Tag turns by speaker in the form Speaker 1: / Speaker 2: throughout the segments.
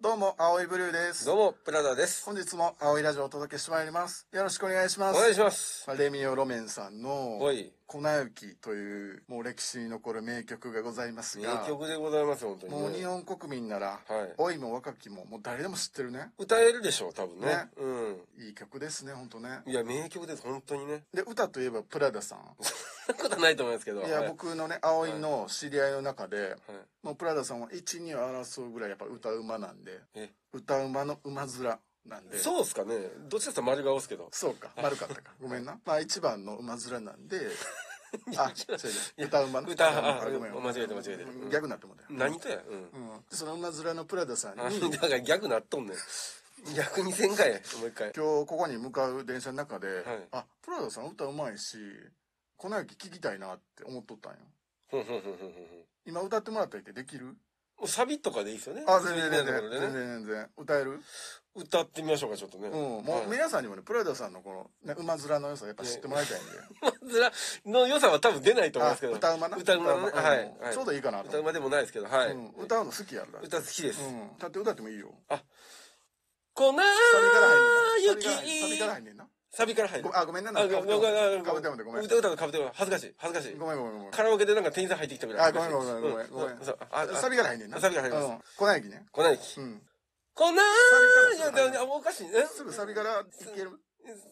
Speaker 1: どうも、青いブルーです
Speaker 2: ど。うも、プラダです。
Speaker 1: 本日も青いラジオをお届けしてまいります。よろしくお願いしま
Speaker 2: お
Speaker 1: す。
Speaker 2: 願いします。
Speaker 1: まあレミオロメンさんの
Speaker 2: おい
Speaker 1: 「粉雪」というもう歴史に残る名曲がございます
Speaker 2: 名
Speaker 1: が
Speaker 2: 曲でございます、本当に、ね。
Speaker 1: もう日本国民なら、
Speaker 2: はい
Speaker 1: 老いも若きももう誰でも知ってるね
Speaker 2: 歌えるでしょう、多分ね
Speaker 1: ね
Speaker 2: う
Speaker 1: いい曲ですね本当ね
Speaker 2: ん。いや、名曲です、本当にね。
Speaker 1: で歌といえばプラダさん
Speaker 2: そんなことないと思いますけど。
Speaker 1: いや
Speaker 2: はい、
Speaker 1: 僕のね葵の知り合いの中で、
Speaker 2: はい
Speaker 1: もうプラダさんは12を争うぐらいやっぱ歌うまなんで
Speaker 2: え
Speaker 1: 歌うまの馬面なんで
Speaker 2: そうっすかね。どっちかっていうと丸顔っすけど。
Speaker 1: そうか悪かったかごめんなまあ一番の馬面なん であ違う違う歌うまの
Speaker 2: 歌
Speaker 1: あ
Speaker 2: あ
Speaker 1: ごめん
Speaker 2: 間違えて間違えてうん
Speaker 1: 逆になってもうたよ
Speaker 2: 何とや。うん。
Speaker 1: うん、その馬面のプラダさんに
Speaker 2: あ
Speaker 1: 今
Speaker 2: だから逆なっとんねん。逆にせんかい。もう一回。
Speaker 1: 日ここに向かう電車の中で、
Speaker 2: い
Speaker 1: あプラダさん歌うまいし粉雪聴きたいなって思っとったんよ
Speaker 2: ほんほんほんほんほんほん
Speaker 1: 今歌ってもらったりってできる
Speaker 2: もうサビとかでいいですよね。
Speaker 1: あ全然全
Speaker 2: 有名な
Speaker 1: 然
Speaker 2: ところ
Speaker 1: 全
Speaker 2: でね
Speaker 1: 然全然歌える
Speaker 2: 歌ってみましょうか、ちょっとね。
Speaker 1: うんもう
Speaker 2: はい
Speaker 1: 皆さんにもねプラダさんのこの、ね、馬面の良さやっぱ知ってもらいたいんで、
Speaker 2: 面の良さは多分出ないと思い
Speaker 1: あ
Speaker 2: ますけど。
Speaker 1: 歌うまな
Speaker 2: 歌うまのね
Speaker 1: 歌うま
Speaker 2: はい
Speaker 1: うん
Speaker 2: はい
Speaker 1: ちょうどいいかなと
Speaker 2: 歌う
Speaker 1: 思
Speaker 2: ま
Speaker 1: って
Speaker 2: でもないですけど、はい。
Speaker 1: うん歌うの好きやるだ
Speaker 2: 歌好きです。
Speaker 1: うん、立って歌ってもいいよ
Speaker 2: 粉
Speaker 1: サビから入んねん
Speaker 2: 雪
Speaker 1: なサビからサビから入んねんな
Speaker 2: サビから入る
Speaker 1: ご。あごめんなな
Speaker 2: あ
Speaker 1: んか
Speaker 2: ごめんごめん
Speaker 1: かぶってもうてごめん
Speaker 2: 歌歌うのかぶっても恥ずかしい恥ずかしい
Speaker 1: ごめんごめんごめん
Speaker 2: カラオケでなんか店員さん入ってきたぐらい
Speaker 1: あごめんごめんごめんごめん
Speaker 2: うそうああ
Speaker 1: サビから入んねんな
Speaker 2: サビから入り
Speaker 1: うん粉雪ね
Speaker 2: 粉雪
Speaker 1: うん
Speaker 2: 粉
Speaker 1: サビから
Speaker 2: 雪あおかしいね
Speaker 1: すぐサビからいける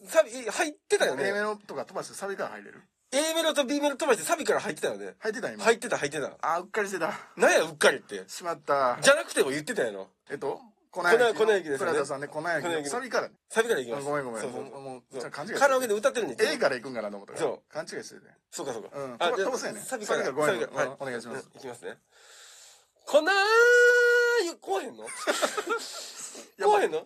Speaker 2: サビ入ってたよ
Speaker 1: A メ
Speaker 2: ね
Speaker 1: ロとか飛ばしてサビから入れる
Speaker 2: A メロと B メロ飛ばしてサビから入ってたよね
Speaker 1: 入ってた今
Speaker 2: 入ってた入ってた
Speaker 1: あうっかりしてた
Speaker 2: なんやうっかりって
Speaker 1: しまった
Speaker 2: じゃなくても言ってたやろ
Speaker 1: えっと粉
Speaker 2: 粉
Speaker 1: 雪
Speaker 2: 粉雪ですよね
Speaker 1: プラザさんね粉雪
Speaker 2: 粉
Speaker 1: の
Speaker 2: 雪
Speaker 1: サビからね
Speaker 2: サビから行き
Speaker 1: あ
Speaker 2: ました
Speaker 1: ごめんごめん
Speaker 2: そうそ
Speaker 1: も
Speaker 2: う
Speaker 1: うもう
Speaker 2: そう
Speaker 1: じゃあ勘違いして
Speaker 2: カラオケで歌ってるのに
Speaker 1: A から行くんからと思ったから
Speaker 2: そう
Speaker 1: 勘違いしてて
Speaker 2: そうかそうか。
Speaker 1: うん
Speaker 2: あ
Speaker 1: 飛ば
Speaker 2: じゃあ
Speaker 1: 飛ばせんね
Speaker 2: サビから。
Speaker 1: サビからごめん
Speaker 2: サビ
Speaker 1: うんお願いします
Speaker 2: うんいきますね。こなーゆ、こうへんの
Speaker 1: や
Speaker 2: こうへんの